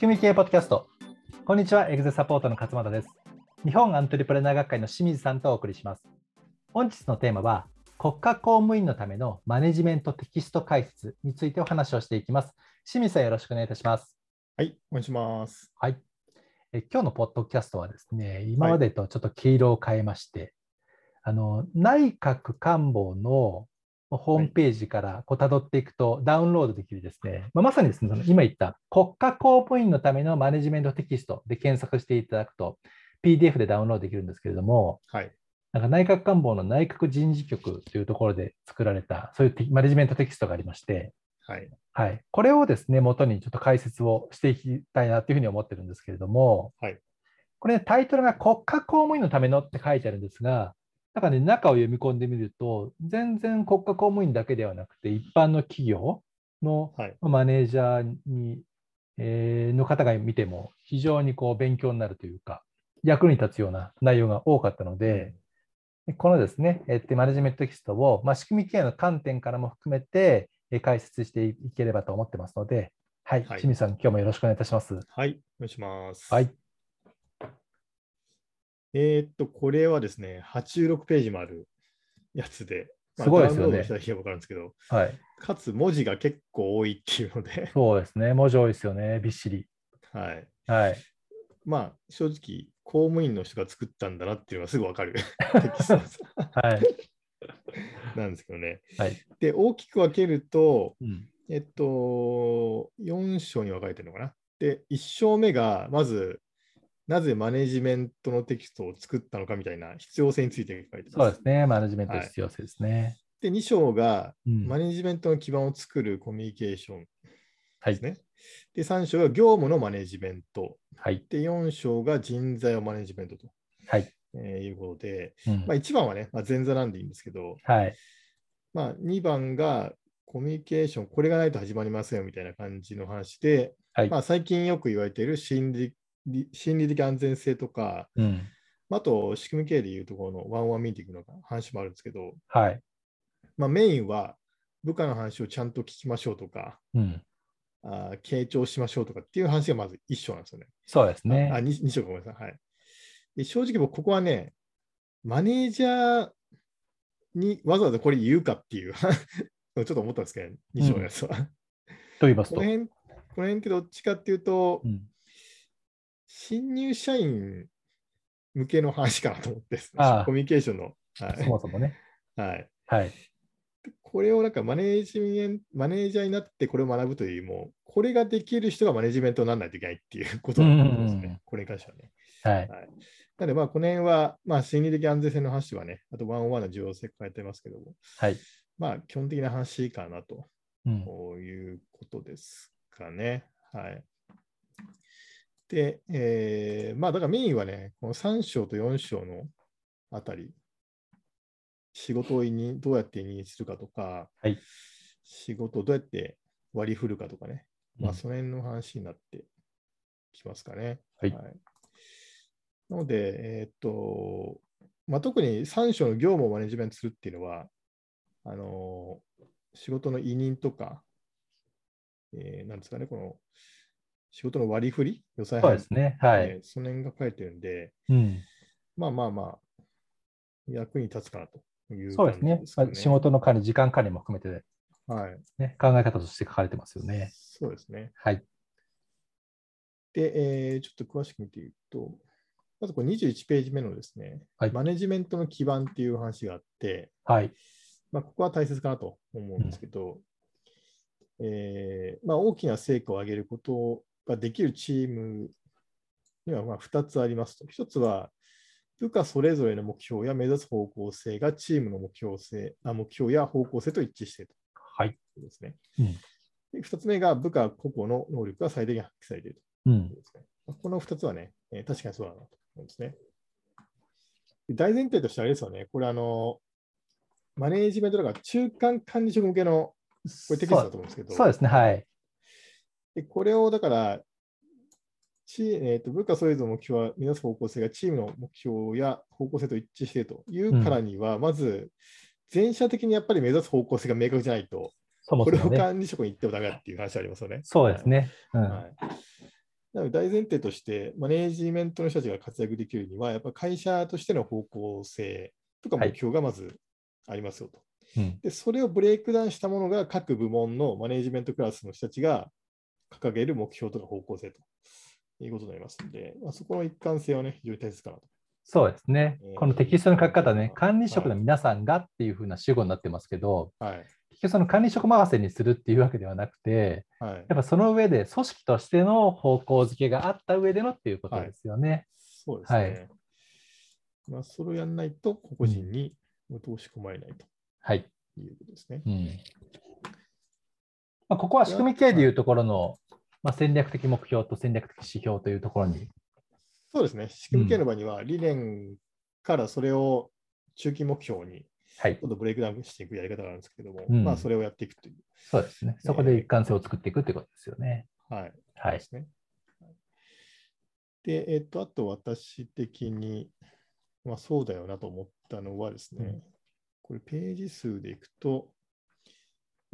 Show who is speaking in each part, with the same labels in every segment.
Speaker 1: 組み系ポッドキャスト。こんにちは、エグゼサポートの勝又です。日本アントリプレナー学会の清水さんとお送りします。本日のテーマは、国家公務員のためのマネジメントテキスト解説についてお話をしていきます。清水さん、よろしくお願いいたします。
Speaker 2: はい、お願いします。
Speaker 1: はい。え今日のポッドキャストはですね、今までとちょっと黄色を変えまして、あの内閣官房のホームページからこう辿っていくとダウンロードできるですね、まあ、まさにですね、その今言った国家公務員のためのマネジメントテキストで検索していただくと、PDF でダウンロードできるんですけれども、
Speaker 2: はい。
Speaker 1: なんか内閣官房の内閣人事局というところで作られた、そういうテキマネジメントテキストがありまして、
Speaker 2: はい。
Speaker 1: はい、これをですね、元にちょっと解説をしていきたいなというふうに思ってるんですけれども、
Speaker 2: はい
Speaker 1: これ、タイトルが国家公務員のためのって書いてあるんですが、だからね、中を読み込んでみると、全然国家公務員だけではなくて、一般の企業の
Speaker 2: はい。
Speaker 1: マネージャーに、えーの方が見ても、非常にこう勉強になるというか、役に立つような内容が多かったので、でこのですね、えーマネジメントテキストを、まあ、仕組み経営の観点からも含めて、えー解説していければと思ってますので、はい、
Speaker 2: はい
Speaker 1: 清水さん、今日もよろしくお願いいたします。
Speaker 2: はい。お願いします。
Speaker 1: はい。
Speaker 2: えーっと、これはですね、86ページもあるやつで、
Speaker 1: すごいですよね
Speaker 2: ダウンロードした日は分かるんですけど、
Speaker 1: はい、
Speaker 2: かつ文字が結構多いっていうので、
Speaker 1: そうですね、文字多いですよね、びっしり。
Speaker 2: はい。
Speaker 1: はい、
Speaker 2: まあ、正直、公務員の人が作ったんだなっていうのがすぐ分 かるテキストです
Speaker 1: はい、
Speaker 2: なんですけどね。
Speaker 1: はい
Speaker 2: で、大きく分けると、
Speaker 1: うん、
Speaker 2: えっと、4章に分かれてるのかな。で、1章目が、まず、なぜマネジメントのテキストを作ったのかみたいな必要性について書いて
Speaker 1: そう
Speaker 2: ま。
Speaker 1: ですすね、マネジメント必要性ですね。
Speaker 2: で、2章が、
Speaker 1: うん
Speaker 2: マネジメントの基盤を作るコミュニケーション
Speaker 1: は
Speaker 2: で
Speaker 1: い
Speaker 2: す、ね。で、3章が業務のマネジメント。
Speaker 1: はい、
Speaker 2: で、4章が人材をマネジメントと、
Speaker 1: はい、
Speaker 2: えーいうことで、
Speaker 1: うん
Speaker 2: まあ、1番はね、まあ、前座なんでいいんですけど、
Speaker 1: はい、
Speaker 2: まあ、2番がコミュニケーション、これがないと始まりませんよみたいな感じの話で、
Speaker 1: はい
Speaker 2: まあ、最近よく言われている心理理心理的安全性とか、
Speaker 1: うん、
Speaker 2: あと仕組み系でいうところのワンワンミーティングの話もあるんですけど、
Speaker 1: はい、
Speaker 2: まあ、メインは部下の話をちゃんと聞きましょうとか、
Speaker 1: うん、
Speaker 2: あー傾聴しましょうとかっていう話がまず1章なんですよね。
Speaker 1: そうです
Speaker 2: あ、
Speaker 1: ね。
Speaker 2: 2, 章ごめんなさい。はい、で正直僕、ここはね、マネージャーにわざわざこれ言うかっていう ちょっと思ったんですけど、ね、2章のやつは。
Speaker 1: と言います、
Speaker 2: ことの辺、この辺ってどっちかっていうと、
Speaker 1: うん
Speaker 2: 新入社員向けの話かなと思って、
Speaker 1: ああ
Speaker 2: コミュニケーションの。は
Speaker 1: そもそもね。
Speaker 2: い。はい、
Speaker 1: はい、
Speaker 2: これをなんかマネージメンマネージャーになってこれを学ぶというよりも、これができる人がマネジメントにならないといけないっていうことだと思うんです
Speaker 1: うんうんうん
Speaker 2: ね。これに関してはね。
Speaker 1: はい、
Speaker 2: なので、まあ、この辺は、まあ、心理的安全性の話はね、あとワンオンワンの重要性変えてますけども、
Speaker 1: はい、
Speaker 2: まあ、基本的な話かなと
Speaker 1: うん、
Speaker 2: こういうことですかね。はい。で、えーまあだからメインはね、この3章と4章のあたり、仕事を委任どうやって委任するかとか、
Speaker 1: はい
Speaker 2: 仕事をどうやって割り振るかとかね、ま
Speaker 1: う
Speaker 2: あ
Speaker 1: ん
Speaker 2: その辺の話になってきますかね。
Speaker 1: はい
Speaker 2: なので、えーっと、まあ、特に3章の業務をマネジメントするっていうのは、あの仕事の委任とか、えーなんですかね、この仕事の割り振り、予算
Speaker 1: そうで
Speaker 2: 配分
Speaker 1: すね。はい、
Speaker 2: えーその辺が書いてるんで、
Speaker 1: うん、
Speaker 2: まあまあまあ、役に立つかなという
Speaker 1: そうですね。まあ
Speaker 2: 感じです
Speaker 1: 仕
Speaker 2: かね
Speaker 1: 事の管理、時間管理も含めて
Speaker 2: はい。
Speaker 1: ね、考え方として書かれてますよね。
Speaker 2: そうですね。
Speaker 1: はい。
Speaker 2: で、えーちょっと詳しく見ていくと、まずこれ21ページ目のですね、
Speaker 1: はい
Speaker 2: マネジメントの基盤っていう話があって、
Speaker 1: はい。
Speaker 2: まあ、ここは大切かなと思うんですけど、えーまあ、大きな成果を上げることができるチームにはまあ2つありますと。1つは、部下それぞれの目標や目指す方向性がチームの目標性あ目標や方向性と一致している
Speaker 1: はい。
Speaker 2: ということですね。
Speaker 1: うん
Speaker 2: で2つ目が、部下個々の能力が最大限発揮されている
Speaker 1: うん。
Speaker 2: ですねまあこの2つはね、えー確かにそうだなと思うんですね。で大前提としてあれですよね、これあの、マネージメントとか中間管理職向けのこれテキストだと思うんですけど、
Speaker 1: そうですね。はい。
Speaker 2: でこれをだから、チえーと部下それぞれの目標は目指す方向性がチームの目標や方向性と一致しているというからには、まず全社的にやっぱり目指す方向性が明確じゃないと、
Speaker 1: そも
Speaker 2: こ
Speaker 1: そ
Speaker 2: れ
Speaker 1: も
Speaker 2: を
Speaker 1: ね。
Speaker 2: 管理職に行ってもダメだっていう話ありますよね。
Speaker 1: そうですね。うん。
Speaker 2: はいなので大前提として、マネージメントの人たちが活躍できるには、やっぱり会社としての方向性とか
Speaker 1: はい
Speaker 2: 目標がまずありますよと。
Speaker 1: うん
Speaker 2: で、それをブレイクダウンしたものが各部門のマネージメントクラスの人たちが掲げる目標とか方向性ということになりますので、まあ、そこの一貫性はね、非常に大切かなと。
Speaker 1: そうですね
Speaker 2: えー。
Speaker 1: このテキストの書き方
Speaker 2: はい
Speaker 1: ね、管理職の皆さんがっていうふうな主語になってますけど、
Speaker 2: はい。
Speaker 1: 結局その管理職任せにするっていうわけではなくて、
Speaker 2: はい。
Speaker 1: やっぱその上で組織としての方向づけがあった上でのっていうことですよね。
Speaker 2: そうですね。
Speaker 1: はい
Speaker 2: まあ、それをやらないと、個々人に投資込まれないと
Speaker 1: はい。
Speaker 2: いうことですね。
Speaker 1: うんまあ、ここは仕組み系でいうところの、まあ、戦略的目標と戦略的指標というところに。
Speaker 2: そうですね。仕組み系の場には、理念からそれを中期目標に
Speaker 1: はい
Speaker 2: ちょ。っとブレイクダウンしていくやり方があるんですけども、
Speaker 1: うん
Speaker 2: まあそれをやっていくという。
Speaker 1: そうですね。そこで一貫性を作っていくということですよね。
Speaker 2: はい。
Speaker 1: は
Speaker 2: で
Speaker 1: い。
Speaker 2: すね。で、えっと、あと私的に、まあそうだよなと思ったのはですね、
Speaker 1: うん
Speaker 2: これページ数でいくと、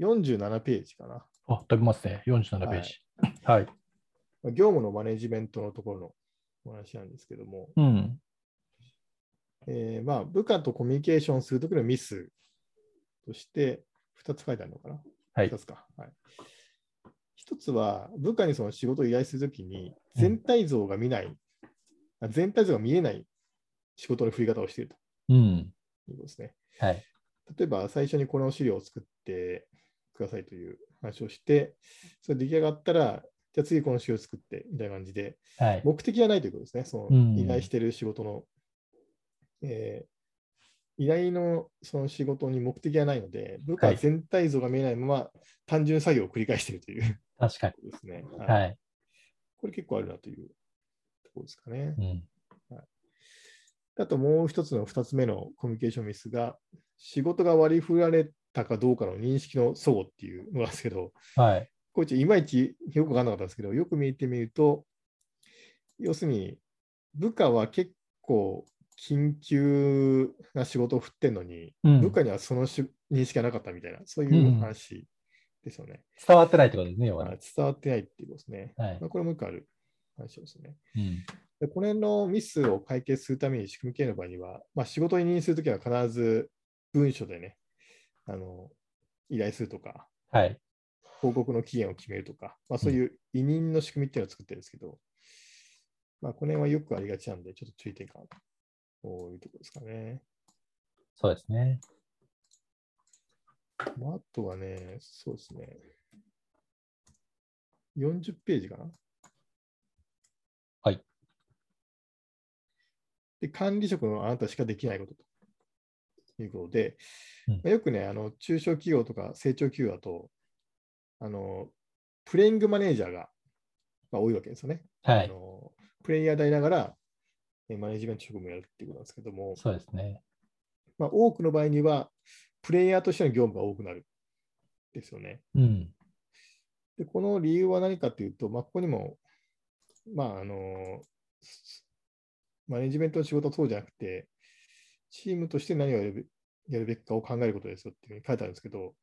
Speaker 2: 47ページかな。
Speaker 1: あ、飛びますね。47ページ。はい。
Speaker 2: まあ業務のマネジメントのところのお話なんですけども、
Speaker 1: うん。
Speaker 2: えーまあ部下とコミュニケーションするときのミスとして、2つ書いてあるのかな。
Speaker 1: はい
Speaker 2: 一。つか。はい。一つは、部下にその仕事を依頼するときに、
Speaker 1: うん
Speaker 2: 全体像が見ない、あ全体像が見えない仕事の振り方をしている
Speaker 1: うん。
Speaker 2: ということですね。
Speaker 1: はい。
Speaker 2: 例えば、最初にこの資料を作ってくださいという話をして、それ出来上がったら、じゃあ次この資料を作ってみたいな感じで、
Speaker 1: はい。
Speaker 2: 目的がないということですね。そ
Speaker 1: うん
Speaker 2: の依頼している仕事の、えー依頼のその仕事に目的がないので、部下
Speaker 1: はい
Speaker 2: 全体像が見えないまま単純作業を繰り返しているという
Speaker 1: 確かに。
Speaker 2: ことですね。はい
Speaker 1: はい。
Speaker 2: これ結構あるなというところですかね
Speaker 1: う。ん。
Speaker 2: あともう一つの二つ目のコミュニケーションミスが、仕事が割り振られたかどうかの認識の齟齬っていうのなんですけど、
Speaker 1: はい。
Speaker 2: こいついまいちよく分かんなかったんですけど、よく見てみると、要するに部下は結構緊急な仕事を振ってんのに、
Speaker 1: うん
Speaker 2: 部下にはそのし認識がなかったみたいな、そういう話ですよね。
Speaker 1: 伝わってないってことですね、要は
Speaker 2: まあ
Speaker 1: ね。
Speaker 2: 伝わってないっていうことですね。
Speaker 1: はい
Speaker 2: まあこれもよくある話ですね。
Speaker 1: うん。
Speaker 2: でこれのミスを解決するために仕組み系の場合には、まあ、仕事を委任するときは必ず文書でね、あの依頼するとか、
Speaker 1: はい。
Speaker 2: 報告の期限を決めるとか、まあ、そういう委任の仕組みっていうのを作ってるんですけど、まあ、この辺はよくありがちなんで、ちょっと注意点かなというところですかね。
Speaker 1: そうですね。
Speaker 2: まあ、あとはね、そうですね。40ページかな。
Speaker 1: はい。
Speaker 2: で、管理職のあなたしかできないことということで、
Speaker 1: うん
Speaker 2: まあよくね、あの中小企業とか成長企業だと、あのプレイングマネージャーが、まあ、多いわけですよね。
Speaker 1: は
Speaker 2: あ
Speaker 1: い。
Speaker 2: のプレイヤーでありながら、えマネジメント職務をやるっていうことなんですけども、
Speaker 1: そうですね。
Speaker 2: まあ、多くの場合には、プレイヤーとしての業務が多くなるんですよね。
Speaker 1: うん。
Speaker 2: で、この理由は何かというと、まあ、ここにも、まあ、あの、すマネジメントの仕事はそうじゃなくて、チームとして何をやるべやるべきかを考えることですよっていうふうに書いてあるんですけど、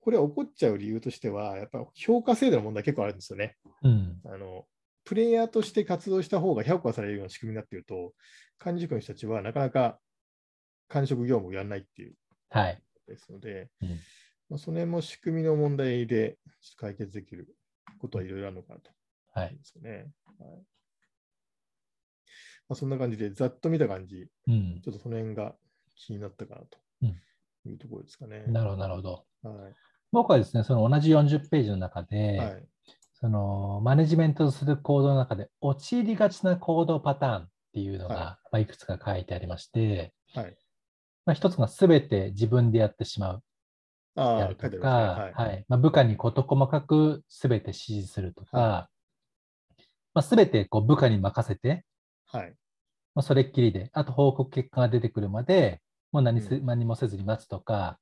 Speaker 2: これは起こっちゃう理由としては、やっぱ評価制度の問題結構あるんですよね。
Speaker 1: うん。
Speaker 2: あの、プレイヤーとして活動した方が評価されるような仕組みになっていると、管理職の人たちはなかなか管理職業務をやらないっていう
Speaker 1: はい。
Speaker 2: ことですので、
Speaker 1: うん
Speaker 2: まあ、その辺も仕組みの問題でちょっと解決できることはいろいろあるのかなと
Speaker 1: は
Speaker 2: 思う
Speaker 1: い
Speaker 2: ん。ですよね。はいまあ、そんな感じで、ざっと見た感じ、
Speaker 1: うん。
Speaker 2: ちょっとその辺が気になったかなと
Speaker 1: うん
Speaker 2: いうところですかね。
Speaker 1: なるほど、なるほど。
Speaker 2: は
Speaker 1: 僕はですね、その同じ40ページの中
Speaker 2: い。
Speaker 1: で、
Speaker 2: はい。
Speaker 1: そのマネジメントする行動の中で陥りがちな行動パターンっていうのが、
Speaker 2: はい
Speaker 1: いまあ、いくつか書いてありまして、
Speaker 2: はい
Speaker 1: まあ、一つが全て自分でやってしまう
Speaker 2: あ
Speaker 1: であ
Speaker 2: あ
Speaker 1: る、
Speaker 2: 書い
Speaker 1: と
Speaker 2: てあり
Speaker 1: か、
Speaker 2: ますね。はい。
Speaker 1: はいまあ、部下に事細かく全て指示するとか、
Speaker 2: は
Speaker 1: まあ、全てこう部下に任せて、
Speaker 2: はい。
Speaker 1: まあ、それっきりで、あと報告結果が出てくるまで、もう何す、
Speaker 2: うん
Speaker 1: 何もせずに待つとか、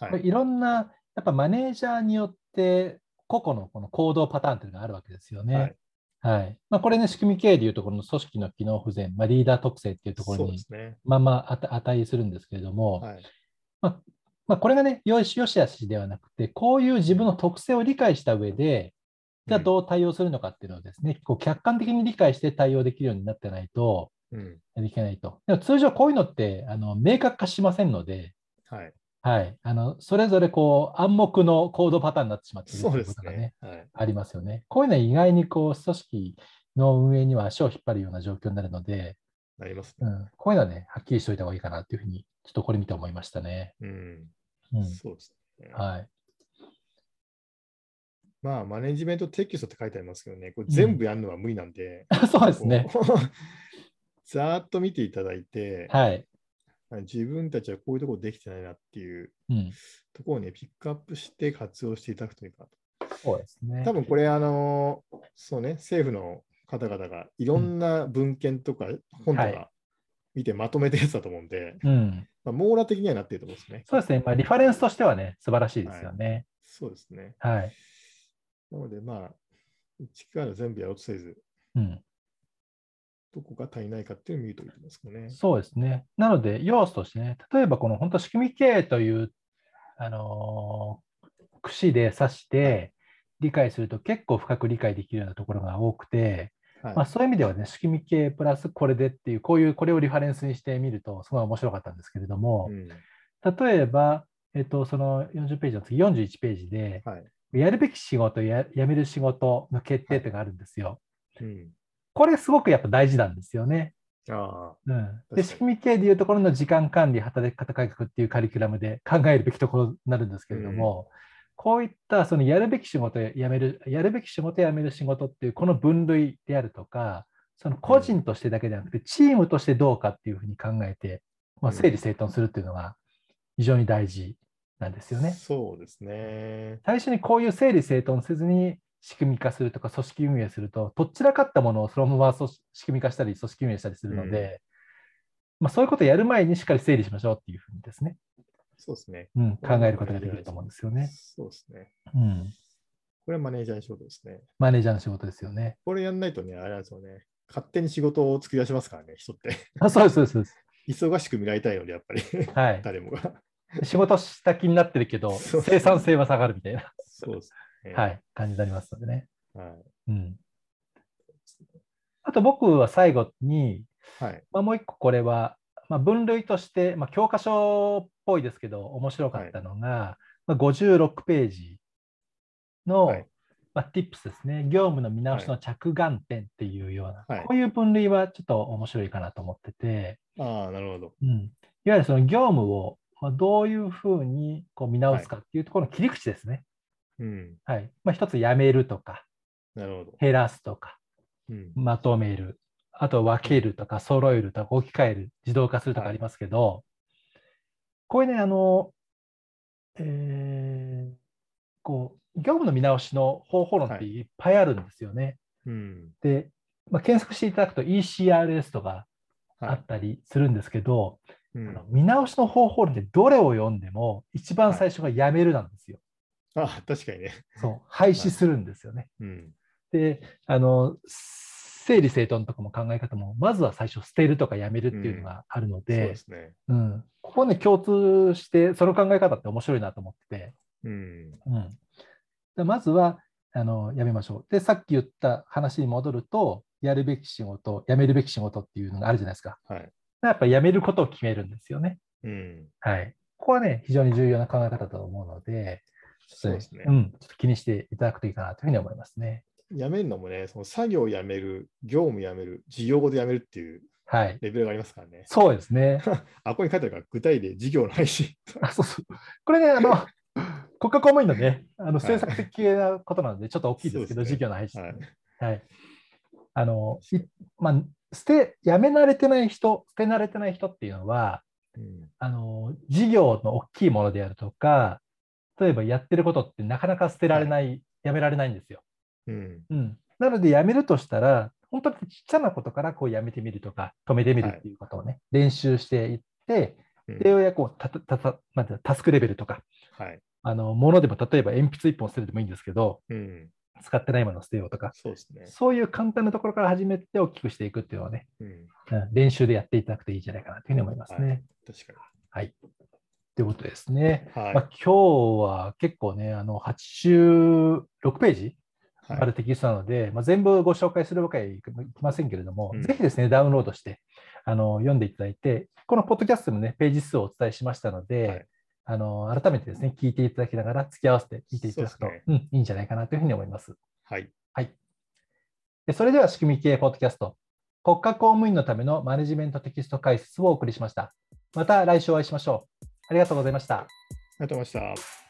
Speaker 2: はい。
Speaker 1: これいろんな、やっぱマネージャーによって、個々のこの行動パターンというのがあるわけですよね。
Speaker 2: はい
Speaker 1: はいまあ、これね、仕組み経営でいうところの組織の機能不全、まあ、リーダー特性っていうところ
Speaker 2: そうで
Speaker 1: に
Speaker 2: すね。
Speaker 1: まあまああた値するんですけれども、
Speaker 2: はい。
Speaker 1: まあ、これがね、よしよしあしではなくて、こういう自分の特性を理解した上で、がどう対応するのかっていうのをですね、こう客観的に理解して対応できるようになってないと
Speaker 2: うん。
Speaker 1: いけないと。でも通常こういうのってあの明確化しませんので、
Speaker 2: はい。
Speaker 1: はい、あのそれぞれこう暗黙の行動パターンになってしまっていると
Speaker 2: そう
Speaker 1: い
Speaker 2: で
Speaker 1: うこ
Speaker 2: す
Speaker 1: とがね
Speaker 2: ね。はい。
Speaker 1: ありますよね。こういうのは意外にこう組織の運営には足を引っ張るような状況になるので、
Speaker 2: なります
Speaker 1: う
Speaker 2: ね。
Speaker 1: ん、こういうのはね、はっきりしておいた方がいいかなっていうふうに、ちょっとこれ見て思いましたね。
Speaker 2: うん。
Speaker 1: うん、
Speaker 2: そうですね。
Speaker 1: はい。
Speaker 2: まあ、マネジメントテキストって書いてありますけどね、これ全部やるのは無理なんで、
Speaker 1: そうですね。
Speaker 2: こう。 ざーっと見ていただいて、
Speaker 1: はい。
Speaker 2: 自分たちはこういうところできてないなっていう
Speaker 1: うん。
Speaker 2: ところをね、ピックアップして活用していただくといいかなと。
Speaker 1: そうですね。
Speaker 2: 多分これ、あの、そうね、政府の方々がいろんな文献とか本と
Speaker 1: は
Speaker 2: か見てまとめたやつだと思うんで、
Speaker 1: うん。
Speaker 2: まあ、網羅的にはなっていると思うんですね。
Speaker 1: そうですね。まあ、リファレンスとしてはね、素晴らしいですよね。
Speaker 2: そうですね。
Speaker 1: はい。
Speaker 2: なので、まあ、一から全部やろうとせず、
Speaker 1: うん。
Speaker 2: どこが足りないかっていうのを見るといいと思いますけどね。
Speaker 1: そうですね。なので、要素としてね、例えばこの本当仕組み経営という、あのー、櫛で指して理解すると結構深く理解できるようなところが多くて、
Speaker 2: はい
Speaker 1: まあ、そういう意味ではね、仕組み系プラスこれでっていう、こういう、これをリファレンスにしてみると、すごい面白かったんですけれども
Speaker 2: う、ん
Speaker 1: 例えば、えっと、その40ページの次、41ページで、
Speaker 2: はい
Speaker 1: やるべき仕事や、やめる仕事の決定というのがあるんですよ。
Speaker 2: うん、
Speaker 1: これ、すごくやっぱ大事なんですよね。
Speaker 2: ああ、
Speaker 1: うん、
Speaker 2: 確か
Speaker 1: で
Speaker 2: に
Speaker 1: 仕組み系でいうところの時間管理、働き方改革っていうカリキュラムで考えるべきところになるんですけれども、こういったそのやるべき仕事や辞める、やるべき仕事や辞める仕事っていうこの分類であるとか、その個人としてだけではなくて、チームとしてどうかっていうふうに考えて、まあ、
Speaker 2: うん
Speaker 1: 整理整頓するっていうのが非常に大事なんですよね。
Speaker 2: そうですね。
Speaker 1: 最初にこういう整理整頓せずに仕組み化するとか組織運営すると、どっちらかったものをそのまま組織仕組み化したり、組織運営したりするので、まあ、そういうことをやる前にしっかり整理しましょうっていうふうにですね、
Speaker 2: そうですね。
Speaker 1: うん、考えることができると思うんですよね。
Speaker 2: そうですね。
Speaker 1: うん、
Speaker 2: これはマネージャーの仕事ですね。
Speaker 1: マネージャーの仕事ですよね。
Speaker 2: これやんないとね、あれなんですよね。勝手に仕事を作り出しますからね、人って。
Speaker 1: あそうです、そうですそうです。
Speaker 2: 忙しく磨いたいので、やっぱり、
Speaker 1: はい、
Speaker 2: 誰もが。
Speaker 1: 仕事した気になってるけど、
Speaker 2: そう
Speaker 1: 生産性は下がるみたいな、
Speaker 2: そうですね。
Speaker 1: はい、感じになりますのでね。
Speaker 2: はい。
Speaker 1: うん、あと僕は最後に、
Speaker 2: はい。
Speaker 1: まあ、もう一個これは、まあ、分類として、まあ、教科書っぽいですけど面白かったのが、まあ、56ページの、
Speaker 2: はい
Speaker 1: まあ、Tips ですね業務の見直しの着眼点っていうような、
Speaker 2: はい
Speaker 1: こういう分類はちょっと面白いかなと思ってて、
Speaker 2: ああ、なるほど。
Speaker 1: うん、いわゆるその業務をまあどういうふうにこう見直すかっていうところの切り口ですね。
Speaker 2: うん。
Speaker 1: はいまあ、一つやめるとか
Speaker 2: なるほど。
Speaker 1: 減らすとか
Speaker 2: うん。
Speaker 1: まとめる、あと分けるとか、揃えるとか、置き換える、自動化するとか
Speaker 2: はい
Speaker 1: ありますけど、これね、あの、えーこう、業務の見直しの方法論って
Speaker 2: はい
Speaker 1: いっぱいあるんですよね。
Speaker 2: うん。
Speaker 1: で、まあ、検索していただくと ECRS とかあ
Speaker 2: は
Speaker 1: ったりするんですけど、
Speaker 2: い。うん
Speaker 1: あの見直しの方法論ってどれを読んでも、一番最初がやめるなんですよ。
Speaker 2: あ確かにね。
Speaker 1: そう、廃止するんですよね。
Speaker 2: うん。
Speaker 1: であの整理整頓とかも考え方もまずは最初捨てるとかやめるっていうのがあるの
Speaker 2: そう
Speaker 1: で
Speaker 2: で、すね。
Speaker 1: うんここね共通してその考え方って面白いなと思ってて、
Speaker 2: うん。
Speaker 1: うん、でまずはあのやめましょうでさっき言った話に戻るとやるべき仕事やめるべき仕事っていうのがあるじゃないですか
Speaker 2: はい。
Speaker 1: やっぱやめることを決めるんですよね
Speaker 2: うん。
Speaker 1: はいここはね非常に重要な考え方だと思うのでち
Speaker 2: そ
Speaker 1: ょ
Speaker 2: う
Speaker 1: っ
Speaker 2: で
Speaker 1: と
Speaker 2: すね
Speaker 1: う。ん、ちょっと気にしていただくといいかなというふうに思いますね
Speaker 2: 辞めるのもね、その作業を辞める、業務辞める、事業ごと辞めるっていう
Speaker 1: はい
Speaker 2: レベルがありますからね。
Speaker 1: そうですね
Speaker 2: あ、ここに書いてあるから、具体例、事業の配信。
Speaker 1: あ、そうそう。これね、あの、国家公務員のね、あの
Speaker 2: はい
Speaker 1: 政策的系なことなので、ちょっと大きいですけど、
Speaker 2: そうですね
Speaker 1: 事業の配信。
Speaker 2: はい。
Speaker 1: はい。あの、いまあ、捨て、やめ慣れてない人、捨て慣れてない人っていうのは、
Speaker 2: うん
Speaker 1: あの、事業の大きいものであるとか、例えばやってることってなかなか捨てられない、やめられないんですよ。
Speaker 2: うん。
Speaker 1: うん。なので、やめるとしたら、本当にちっちゃなことからこうやめてみるとか、止めてみるっていうことをね、練習していって、
Speaker 2: うん
Speaker 1: で、ようやくこうたたたたなんていうのタスクレベルとか、
Speaker 2: はい。
Speaker 1: あの、ものでも、例えば鉛筆1本捨てるでもいいんですけど、
Speaker 2: うん。
Speaker 1: 使ってないものを捨てようとか、
Speaker 2: そうですね。
Speaker 1: そういう簡単なところから始めて大きくしていくっていうのはね、
Speaker 2: うん。
Speaker 1: うん練習でやっていただくといいんじゃないかなというふうに思いますね。
Speaker 2: はい確か
Speaker 1: ということですね。
Speaker 2: に。は
Speaker 1: まあ
Speaker 2: い。
Speaker 1: 今日は結構ね、あの、86ページ
Speaker 2: はい
Speaker 1: あるテキストなので、まあ、全部ご紹介するわけにはいきませんけれども、
Speaker 2: うん
Speaker 1: ぜひですね、ダウンロードしてあの読んでいただいて、このポッドキャストでもね、ページ数をお伝えしましたので、
Speaker 2: はい
Speaker 1: あの改めてですね、聞いていただきながら、付き合わせて聞いていただくと、
Speaker 2: そうで
Speaker 1: うん、いいんじゃないかなというふうに思います。
Speaker 2: はい。
Speaker 1: でそれでは、仕組み系ポッドキャスト、国家公務員のためのマネジメントテキスト解説をお送りしました。また来週お会いしましょう。ありがとうございました。
Speaker 2: ありがとうございました。